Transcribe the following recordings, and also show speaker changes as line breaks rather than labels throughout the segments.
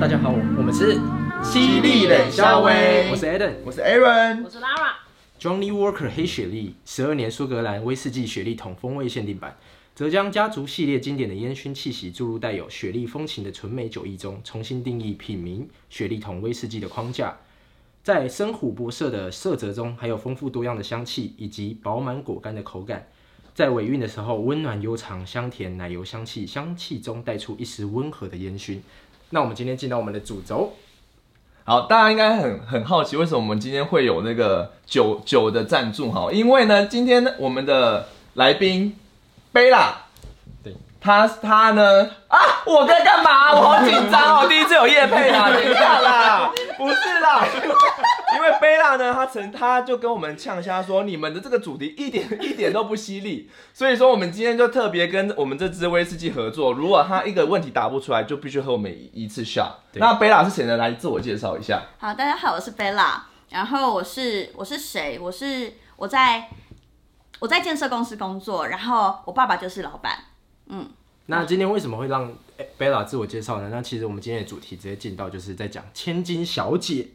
大家好，我我们是
犀利冷笑威
我是 Adam。
我是 Aaron，
我是 Lara，
Johnny Walker 黑雪莉，十二年苏格兰威士忌雪莉桶风味限定版，则将家族系列经典的烟熏气息注入带有雪莉风情的纯美酒意中，重新定义品茗雪莉桶威士忌的框架。在深琥珀色的色泽中，还有丰富多样的香气以及饱满果干的口感。在尾韵的时候，温暖悠长、香甜奶油香气，香气中带出一丝温和的烟熏。那我们今天进到我们的主轴，
好，大家应该很很好奇，为什么我们今天会有那个酒酒的赞助哈？因为呢，今天呢我们的来宾贝拉，
对，
他他呢啊，我在干嘛？我好紧张哦，第一次有夜配啦，等一下啦，不是啦。因为贝拉呢，他曾他就跟我们呛一下说，你们的这个主题一点一点都不犀利，所以说我们今天就特别跟我们这支威士忌合作，如果他一个问题答不出来，就必须和我们一一次 shot。
对
那贝拉是谁呢？来自我介绍一下。
好，大家好，我是 Bella，然后我是我是谁？我是我在我在建设公司工作，然后我爸爸就是老板。
那今天为什么会让诶 Bella 自我介绍呢？那其实我们今天的主题直接进到就是在讲千金小姐。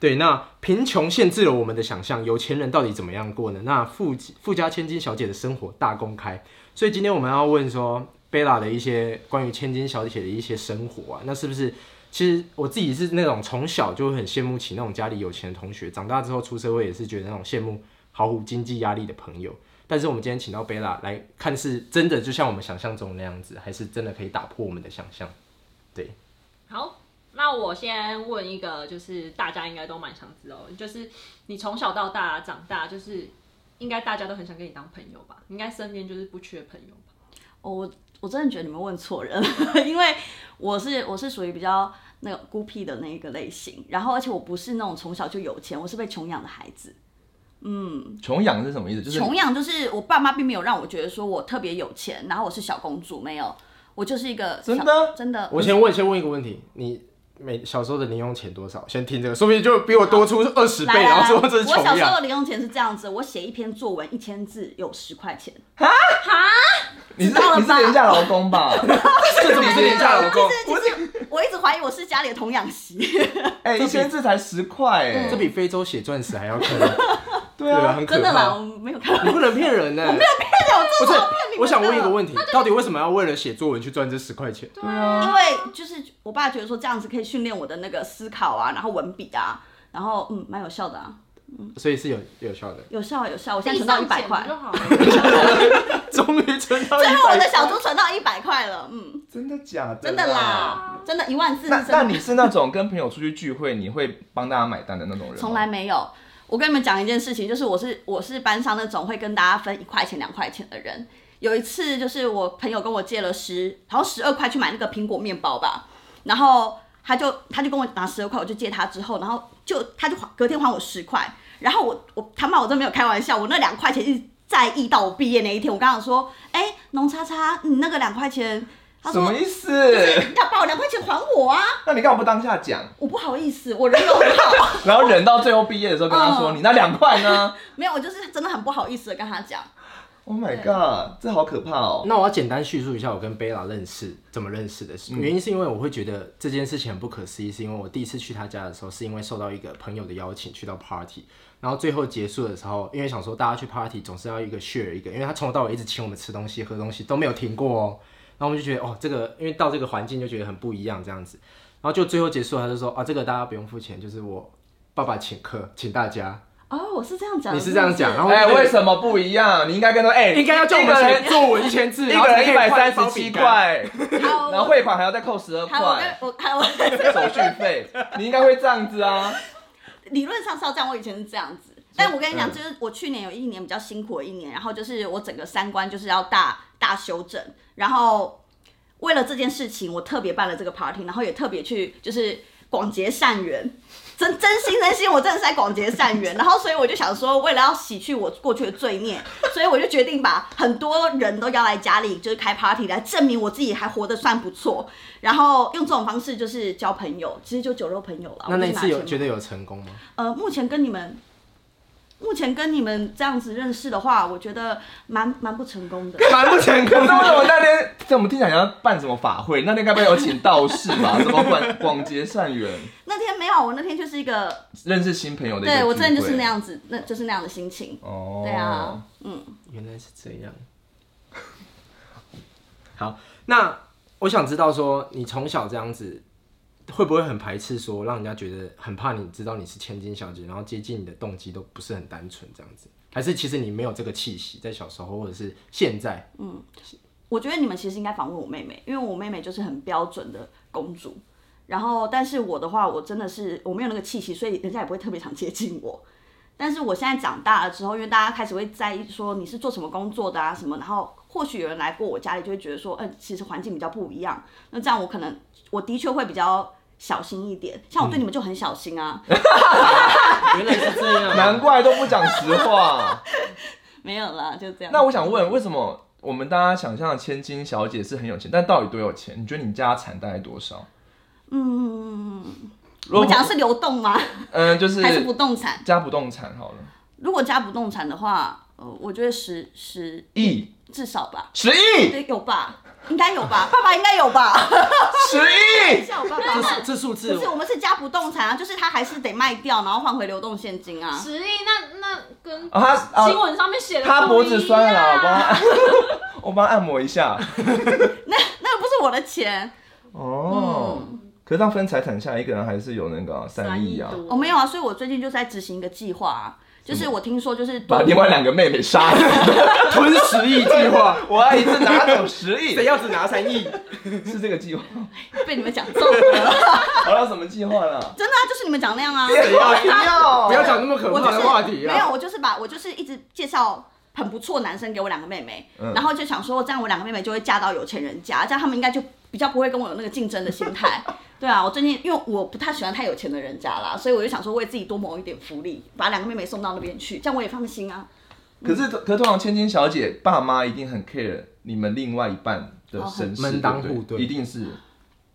对，那贫穷限制了我们的想象，有钱人到底怎么样过呢？那富富家千金小姐的生活大公开，所以今天我们要问说 Bella 的一些关于千金小姐的一些生活啊，那是不是？其实我自己是那种从小就会很羡慕起那种家里有钱的同学，长大之后出社会也是觉得那种羡慕毫无经济压力的朋友。但是我们今天请到贝拉来看，是真的就像我们想象中那样子，还是真的可以打破我们的想象？
好，那我先问一个，就是大家应该都蛮想知道的，就是你从小到大长大，就是应该大家都很想跟你当朋友吧？应该身边就是不缺朋友吧？
哦我我真的觉得你们问错人了， 因为我是我是属于比较那个孤僻的那一个类型，然后而且我不是那种从小就有钱，我是被穷养的孩子。
穷养是什么意思？就是
穷养就是我爸妈并没有让我觉得说我特别有钱，然后我是小公主，没有，我就是一个
真
小
的
真的。
我先问，先问一个问题，你每小时候的零用钱多少？先听这个，说不定就比我多出二十倍，
来来
然后
来，
说这是
我小
穷
时候
养。
的零用钱是这样子，我写一篇作文一千字有十块钱。
你是
知道了吧
你是廉价劳工 吧？
这怎么是廉价老公？
我一直怀疑我是家里的童养媳，
哎、一千字才十块哎、
这
嗯
比非洲写钻石还 要可能，
对
对啊，
啊，
很可
真的啦，
怕
我。没有看到。
你不能骗人呢、我没有骗人，不是。我想问一个问题，到底为什么要为了写作文去赚这十块钱？
对啊，
因为就是我爸觉得说这样子可以训练我的那个思考啊，然后文笔啊，然后嗯，蛮有效的啊，
所以是有有效的。
有效啊有效，我现在存到一百块
就，好了。
终于存到一
最后我
百
的小猪存到一百块了，嗯，
真的假的？
真的。
啊
啦，真的，一万四
那
是
那
真的，
你是那种跟朋友出去聚会，你会帮大家买单的那种人吗？
从来没有。我跟你们讲一件事情，就是我是我是班上那种会跟大家分一块钱两块钱的人。有一次就是我朋友跟我借了十，好像十二块去买那个苹果面包吧，然后他就他就跟我拿十二块，我就借他之后，然后就他就还隔天还我十块，然后我我他妈我真没有开玩笑，我那两块钱一直在意到我毕业那一天，我刚想说，哎、农叉叉，你那个两块钱，他
什
说
么意思？
要把我两块钱还我啊，
那你干嘛不当下讲？
我不好意思，我人又很好，
然后忍到最后毕业的时候跟他说：“
嗯
你那两块呢
没有，我就是真的很不好意思的跟他讲，
？”Oh my god，这好可怕哦！
那我要简单叙述一下我跟贝拉认识怎么认识的。
嗯
原因是因为我会觉得这件事情很不可思议，是因为我第一次去他家的时候，是因为受到一个朋友的邀请去到 party，然后最后结束的时候，因为想说大家去 party 总是要一个 share 一个，因为他从头到尾一直请我们吃东西、喝东西都没有停过哦。然后我们就觉得哦，这个因为到这个环境就觉得很不一样这样子，然后就最后结束他就说啊，这个大家不用付钱，就是我爸爸请客，请大家。
哦，我是这样讲的，
你是这样讲，然后
哎、
我就
为什么不一样？你应该跟他说：“哎、
应该要叫我
一
们
个
写
人
作文一千字，
一
然后
个
才
人
可
一
以
百
换
三
包
十
饼
七
干。
块，
好，
然后汇款还要再扣十二
好，我跟
块
我还有。
手续费，你应该会这样子啊。
理论上是要这样，我以前是这样子。但我跟你讲，
嗯
就是我去年有一年比较辛苦的一年，然后就是我整个三观就是要大大修整，然后为了这件事情，我特别办了这个 party，然后也特别去就是广结善缘，真真心真心，我真的是在广结善缘。然后所以我就想说，为了要洗去我过去的罪孽，所以我就决定把很多人都邀来家里，就是开 party 来证明我自己还活得算不错，然后用这种方式就是交朋友，其实就酒肉朋友了。
那
我就
那一
拿
次有
钱
觉得有成功吗？
呃，目前跟你们目前跟你们这样子认识的话，我觉得蛮蛮不成功的。
蛮不成功。那为什么那天这我们听起来像办什么法会？那天该不会有请道士吧？什么广广结善缘，
那天没有，我那天就是一个，
认识新朋友的一个
对我真的就是那
样。
样子，那就是那样的心情。
哦，
对啊，，嗯，
原来是这样。 好，那我想知道说，你从小这样子，会不会很排斥说，让人家觉得很怕你知道你是千金小姐，然后接近你的动机都不是很单纯这样子？还是其实你没有这个气息，在小时候或者是现在？
我觉得你们其实应该访问我妹妹，因为我妹妹就是很标准的公主。然后，但是我的话，我真的是我没有那个气息，所以人家也不会特别想接近我。但是我现在长大了之后，因为大家开始会在意说你是做什么工作的啊什么，然后或许有人来过我家里就会觉得说，嗯、其实环境比较不一样。那这样我可能我的确会比较小心一点，像我对你们就很小心啊，
嗯
原来是这样，
难怪都不讲实话。
没有啦，就这样。
那我想问，为什么我们大家想象的千金小姐是很有钱，但到底多有钱？你觉得你家产大概多少？
嗯，
如
我
果
讲的是流动吗？
嗯、就是
还是不动产？
加不动产好了，
如果加不动产的话，呃，我觉得十十
亿
至少吧，
十亿
对，有吧？应该有吧？爸爸应该有吧？
十亿，
像我爸
这
爸
数。这数字
不是，我们是加不动产啊，就是他还是得卖掉，然后换回流动现金啊。
十亿那那跟
啊他
新
啊
闻上面写的
他脖子酸了啦，我
不一
帮
样
他 我帮他按摩一下。
那那个不是我的钱，
哦，可是这样分财产下来，一个人还是有那个啊三亿啊，
我、没有啊，所以我最近就是在执行一个计划啊，就是我听说就是
把另外两个妹妹杀 了，
吞十亿计划，
我要一次拿走十亿
谁，要只拿三 亿？
哦
是这个计划。
被你们讲中了，
好了，什么计划 了？
真的啊，就是你们讲那样啊。
不要不
不
要
要讲那么可
我就
怕
是
的话题
没有，
啊！
我就是把我就是一直介绍很不错男生给我两个妹妹，
嗯
然后就想说这样我两个妹妹就会嫁到有钱人家，这样他们应该就比较不会跟我有那个竞争的心态。 对啊，我最近因为我不太喜欢太有钱的人家啦，所以我就想说为自己多谋一点福利，把两个妹妹送到那边去，这样我也放心啊。
可是，可是通常千金小姐爸妈一定很 care 你们另外一半的身世，
哦门当户
对不
对
一定是，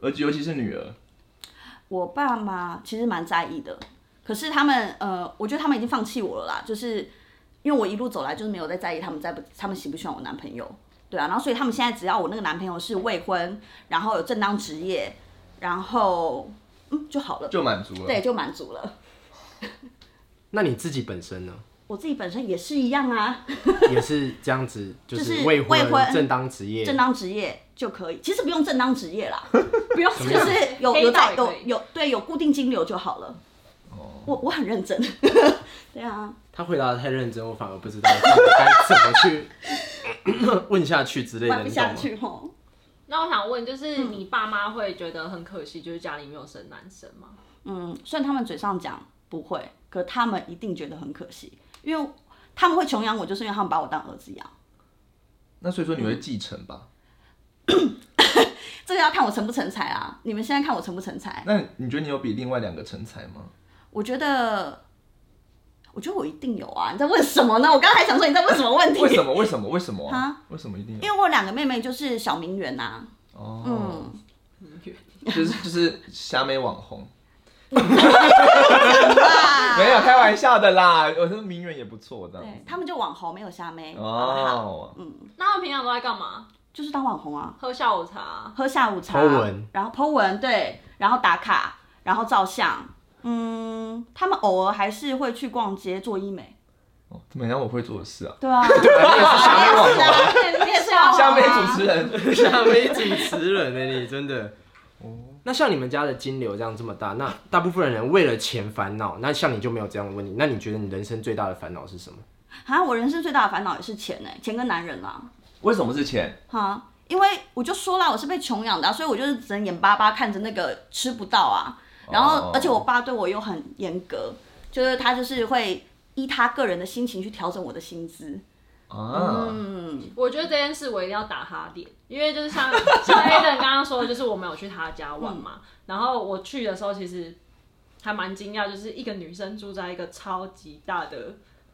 而且尤其是女儿，
我爸妈其实蛮在意的，可是他们呃，我觉得他们已经放弃我了啦，就是因为我一路走来就是没有在在意他们在不他们喜不喜欢我男朋友，对啊，然后所以他们现在只要我那个男朋友是未婚，然后有正当职业，然后嗯就好了，
就满足了。
对，就满足了。
那你自己本身呢，
我自己本身也是一样啊，
也是这样子，就
就是是
未
未婚
正当职业，
正当职业就可以，其实不用正当职业 啦，
不用
什么
就
意
是
思
有有
黑道
在
欸也
有
可以
有对有固定金流就好了。
哦
我我 很认真，对啊。
他回答的太认真，我反而不知道该怎么去问下去之类的，
玩不
你懂
下
吗？
去吼。
那我想问，
嗯
就是你爸妈会觉得很可惜，就是家里没有生男生吗？
嗯，虽然他们嘴上讲不会，可他们一定觉得很可惜，因为他们会穷养我，就是因为他们把我当儿子养。
那所以说你会继承吧？
这个要看我成不成才啊！你们现在看我成不成才？啊
那你觉得你有比另外两个成才 吗？
我觉得，我觉得我一定有啊！你在问什么呢？我刚才想说你在问什么问题？
为什么？为什么？为什么啊
啊？
为什么一定要？
因为我有两个妹妹就是小名媛啊 呐、
哦，
嗯，
就是就是虾妹网 红，
哇，
没有开玩笑的啦，我这名媛也不错的。
对，他们就网红，没有虾妹，好不好？
哦，
那他们平常都在干嘛？
就是当网红啊，
喝下午茶，
喝下午茶，
po 文
然后 Po 文，对，然后打卡，然后照相，嗯，他们偶尔还是会去逛街做医美。
哦怎么样？我会做的事啊。
对啊，对
啊
是啊，你也是啊，
虾妹主持人，
下面主持人呢、欸你真的。那像你们家的金流这样这么大，那大部分人为了钱烦恼，那像你就没有这样的问题。那你觉得你人生最大的烦恼是什么？
啊，我人生最大的烦恼也是钱呢、钱跟男人啦、
为什么是钱？
哈，因为我就说啦，我是被穷养的啊、所以我就是只能眼巴巴看着那个吃不到啊。然后
哦，
而且我爸对我又很严格，就是他就是会依他个人的心情去调整我的薪资。
啊，
嗯，
我觉得这件事我一定要打他脸，因为就是像 像 a d e n 刚刚说的，就是我们有去他家玩
嗯
嘛，然后我去的时候其实还蛮惊讶，就是一个女生住在一个超级大的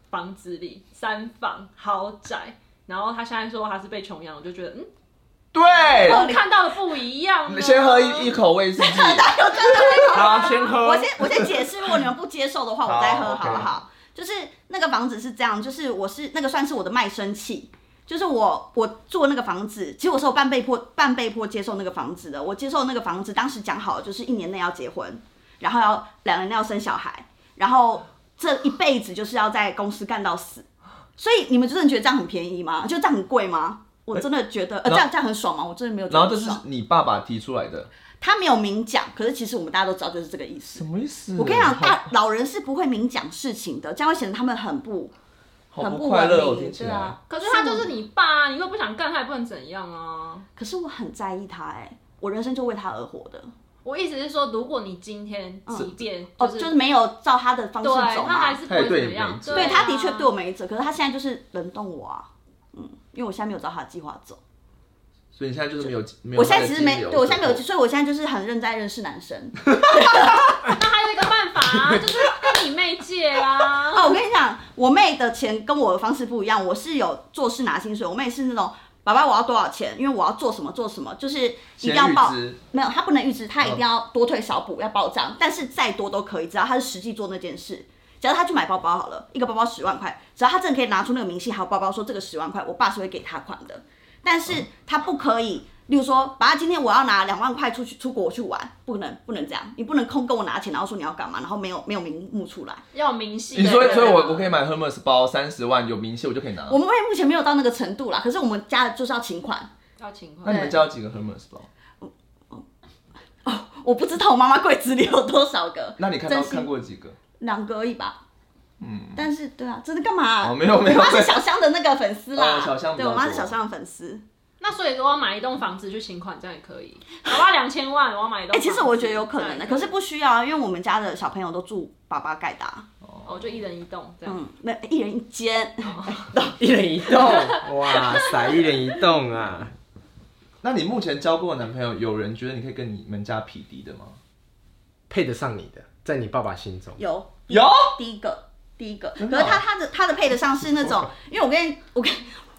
房子里，三房豪宅，然后她现在说她是被穷养，我就觉得嗯，
对，
哎
我看到的不一样啊 呢。
先喝一一口威士 忌。
好，先喝
我。先我先解释，如果你们不接受的话，我再喝
好
好不好？就是那个房子是这样，就是我是那个算是我的卖身契，就是我我做那个房子，其实我是有半被迫半被迫接受那个房子的。我接受那个房子，当时讲好就是一年内要结婚，然后要两人要生小孩，然后这一辈子就是要在公司干到死。所以你们真的觉得这样很便宜吗？就这样很贵吗？我真的觉得，呃，这样这样很爽吗？我真的没有觉
哎
得
然
很
后
爽。
这是你爸爸提出来的，
他没有明讲，可是其实我们大家都知道就是这个意思。
么意思
我跟你讲，大老人是不会明讲事情的，这样会显得他们很不
好
很
不
不
快
文
乐哦，
明
听起
对
来
啊。，可是他就是你爸、啊，你又不想干，他也不能怎样啊。
可是我很在意他哎、我人生就为他而活的，
我意思是说，如果你今天即便
哦，
就是、
就是没有照他的方式
对
走
他还
嘛。
是不会怎么
哎
样，
他也对你没辙
对
啊
他的确对我没辙，可是他现在就是冷冻我啊，嗯，因为我现在没有照他的计划走，
所以你现在就是没有，没有
我现在其实
他
没，
的激流
对我现在没有，
之后
所以我现在就是很认真在认识男生。
那还有一个办法、啊，就是跟你妹借啊。
哦，我跟你讲，我妹的钱跟我的方式不一样，我是有做事拿薪水，我妹是那种爸爸我要多少钱，因为我要做什么做什么，就是一定要
先预
报
支，
没有她不能预支，她
嗯
一定要多退少补，要报账，但是再多都可以，只要她是实际做那件事。只要她去买包包好了，一个包包十万块，只要她真的可以拿出那个明细还有包包说这个十万块，我爸是会给她款的，但
嗯
是她不可以。例如说，爸，今天我要拿两万块出去出国去玩，不能不能这样，你不能空跟我拿钱，然后说你要干嘛，然后没有没有名目出来。
要明细。
你所以，所以我我可
以。
以买 Hermes 包三十万，有明细我就可以拿
我。们目前没有到那个程度啦，可是我们家就是要请款。
要勤快
那你们家有几个 Hermes 包？
我不知道我妈妈柜子里有多少个，
那你看到
真心
看过几个？
两个而已吧。
嗯，
但是对啊，真的干嘛、
哦没有没有
我妈是小香的那个粉丝啦。
哦小香比
对
较
我妈
多
是小香的粉丝。
那所以如果买一栋房子去请款，这样也可以。我要两千万，我要买一栋
哎、
房子。
其实我觉得有可能的、
这样也
可是不需要啊，因为我们家的小朋友都住爸爸盖的啊、
哦，就一人一栋这样。
嗯，那一人一间。
一人一栋， 哇塞，一人一栋啊！
那你目前交过的男朋友，有人觉得你可以跟你们家匹敌的吗？
配得上你的，在你爸爸心中，
有
有
第一个第一个，可
真
是
的哦
他他的他的配得上是那种，因为我跟你我跟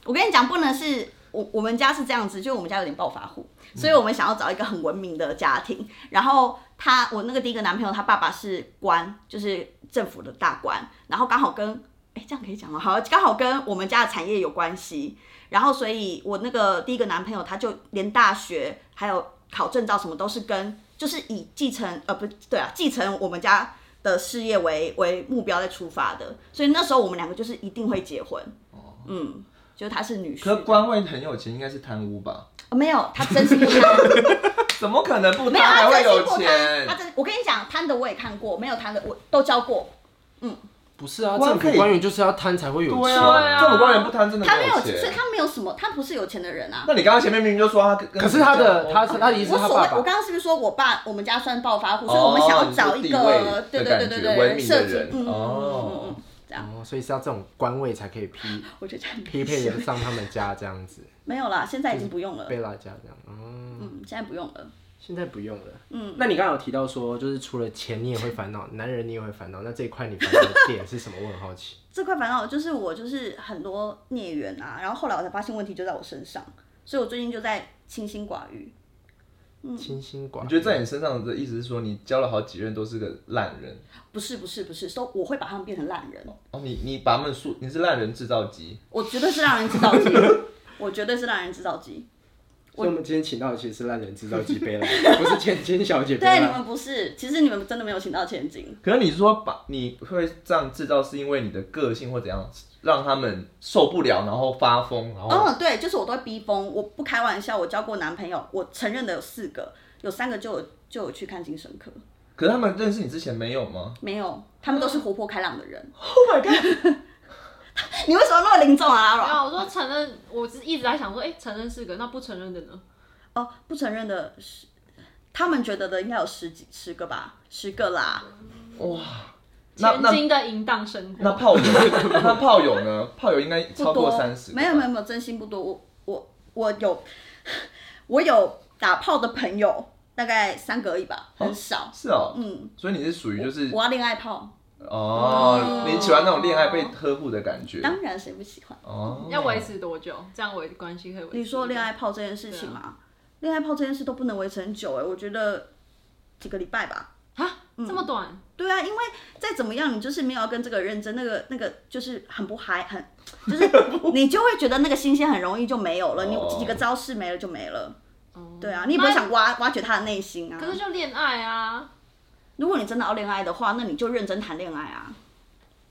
我跟你讲，不能是我我们家是这样子，就我们家有点暴发户，所
嗯
以我们想要找一个很文明的家庭。然后他我那个第一个男朋友，他爸爸是官，就是政府的大官，然后刚好跟哎这样可以讲吗？好，刚好跟我们家的产业有关系。然后所以我那个第一个男朋友，他就连大学还有考证照什么都是跟就是以继承呃不对啊继承我们家的事业为为目标在出发的，所以那时候我们两个就是一定会结婚。嗯，就是他是女
哦可
婿，
官位很有钱，应该是贪污吧？
呃没有他真心 不贪，
怎么可能不
没有
贪还
他
会
真心
有
不贪，他
钱？
真我跟你讲贪的我也看过，没有贪的我都教过，
不是啊，
官
政
可以
府官员就是要贪才会有
对
钱
对
啊，
啊
政府官员不贪真的
他没有，
有
所以
钱。
他没有什么，他不是有钱的人 啊。
那你刚刚前面明明就说他跟，哦
可是他的他他的意思
我
是他
所谓
爸，爸，
我刚刚是不是说我爸我们家算暴发户，所以
哦
我们想要找一
你说地位
个对对
的
对对
感觉文明
对
的
设
人
计，嗯嗯嗯嗯
哦
嗯嗯，这样
哦，所以是要这种官位才可以 匹
我觉得这样
匹配得上他们家这样子，
没有啦，现在已经不用了，
贝拉家这样，哦，
嗯，现在不用了。
现在不用了。嗯，那你刚刚有提到说，就是除了钱你也会烦恼，男人你也会烦恼，那这一块你烦恼的点是什么？我很好 奇。
这块烦恼就是我就是很多孽缘啊，然后后来我才发现问题就在我身上，所以我最近就在清心寡欲。
清心寡欲，
你觉得在你身上的意思是说，你交了好几任都是个烂人
不是不是不是，说我会把他们变成烂人，
哦？你你把他们说你是烂人制造机，
我绝对是让人制造机， 我绝对是让人制造机。
所以我们今天请到的其实是烂人制造机贝拉，不是千千小 姐贝
对，你
拉。
们不是，其实你们真的没有请到千金。
可是你说把你会这样制造，是因为你的个性或怎样，让他们受不了，然后发疯，然后、
嗯，对，就是我都会逼疯，我不开玩笑，我交过男朋友，我承认的有四个，有三个就有就有去看精神科，
可是他们认识你之前没有吗？
没有，他们都是活泼开朗 的人。Oh my god！你为什么那么凝重啊，阿
没
软？
有，我说承认，我只一直在想说，哎、承认是个，那不承认的呢？
哦，不承认的是，他们觉得的应该有十几十个吧，十个啦。
那
前
那
进的淫荡生
那
活，
炮友，那炮友呢？炮友应该
不
超过
多
三十，
没有没有没有，真心不多。我我我有 我有打炮的朋友，大概三个而已吧，很少。
是哦，
嗯，
所以你是属于就是
我要恋爱炮，
哦，你喜欢那种恋爱被呵护的感觉
当然谁不喜欢？
哦，
要维持多久？这样维关系可以维持多久？
你说
嗯
恋爱炮这件事
啊
情嘛，欸恋爱炮这件事都不能维持很久哎、我觉得几个礼拜吧。
啊，这么短？
对啊，因为再怎么样，你就是没有要跟这个认真，那个那个就是很不嗨，很就是 你就会觉得那个新鲜很容易就没有了，你
哦？
几个招式没了就没了。
哦
对啊，你也不会想挖挖掘他的内心啊
那。可是就恋爱啊，
如果你真的要恋爱的话，那你就认真谈恋爱 啊。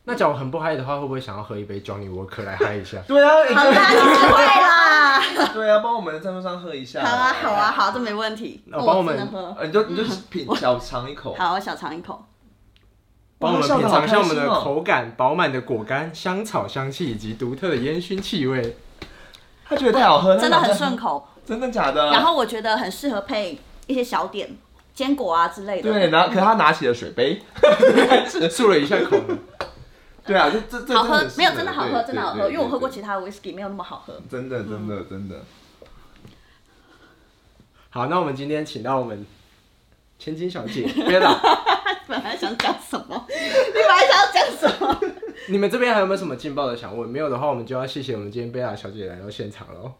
那假如很不嗨的话，会不会想要喝一杯 Johnny Walker 来嗨一下
对啊，你
好啦，你是会啦。
对啊，帮我们的赞助商喝一下。
好啊，好啊，好，这没问题。
那帮我们
真的喝
呃，你就你就品小尝一口。
好，我小尝一口。
帮我们品尝一下我们的
哇笑得好开心哦
口感饱满的果干、香草香气以及独特的烟熏气 味。
他觉得太好喝，
真的
他
很
拿
顺口，
真的假的？
然后我觉得很适合配一些小点，坚果啊之类的。
对，然后可他拿起了水杯，
漱了一下口，
对啊，这这这
好喝
很适合
没有真的好喝，
对
真的好
对
喝，
对
因为我喝过
对
其他的 whisky 没有那么好喝。
真的真的真的，
好，那我们今天请到我们千金小 姐 Bella，
本来想讲什么？你本来想要讲什么？
你们这边还有没有什么劲爆的想问？没有的话，我们就要谢谢我们今天 Bella 小姐来到现场喽。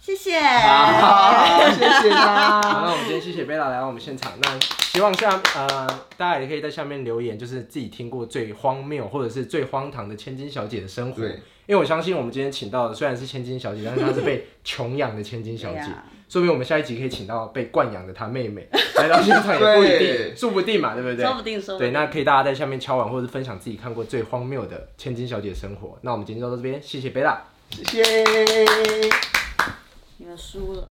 谢谢。
好，谢
好，
谢
那
他。
我们今天谢谢贝拉来到我们现场。那希望下呃，大家也可以在下面留言，就是自己听过最荒谬或者是最荒唐的千金小姐的生活。
对
因为我相信我们今天请到的虽然是千金小姐，但是她是 被穷养的千金小姐，
对啊
说不定我们下一集可以请到被惯养的她妹妹来到现场也不一
对
定，说不定嘛，对不对？
说不定说不
对，
定
那可以大家在下面敲碗，或者是分享自己看过最荒谬的千金小姐生活。那我们今天就到这边，谢谢贝拉。
谢谢。
你们输了。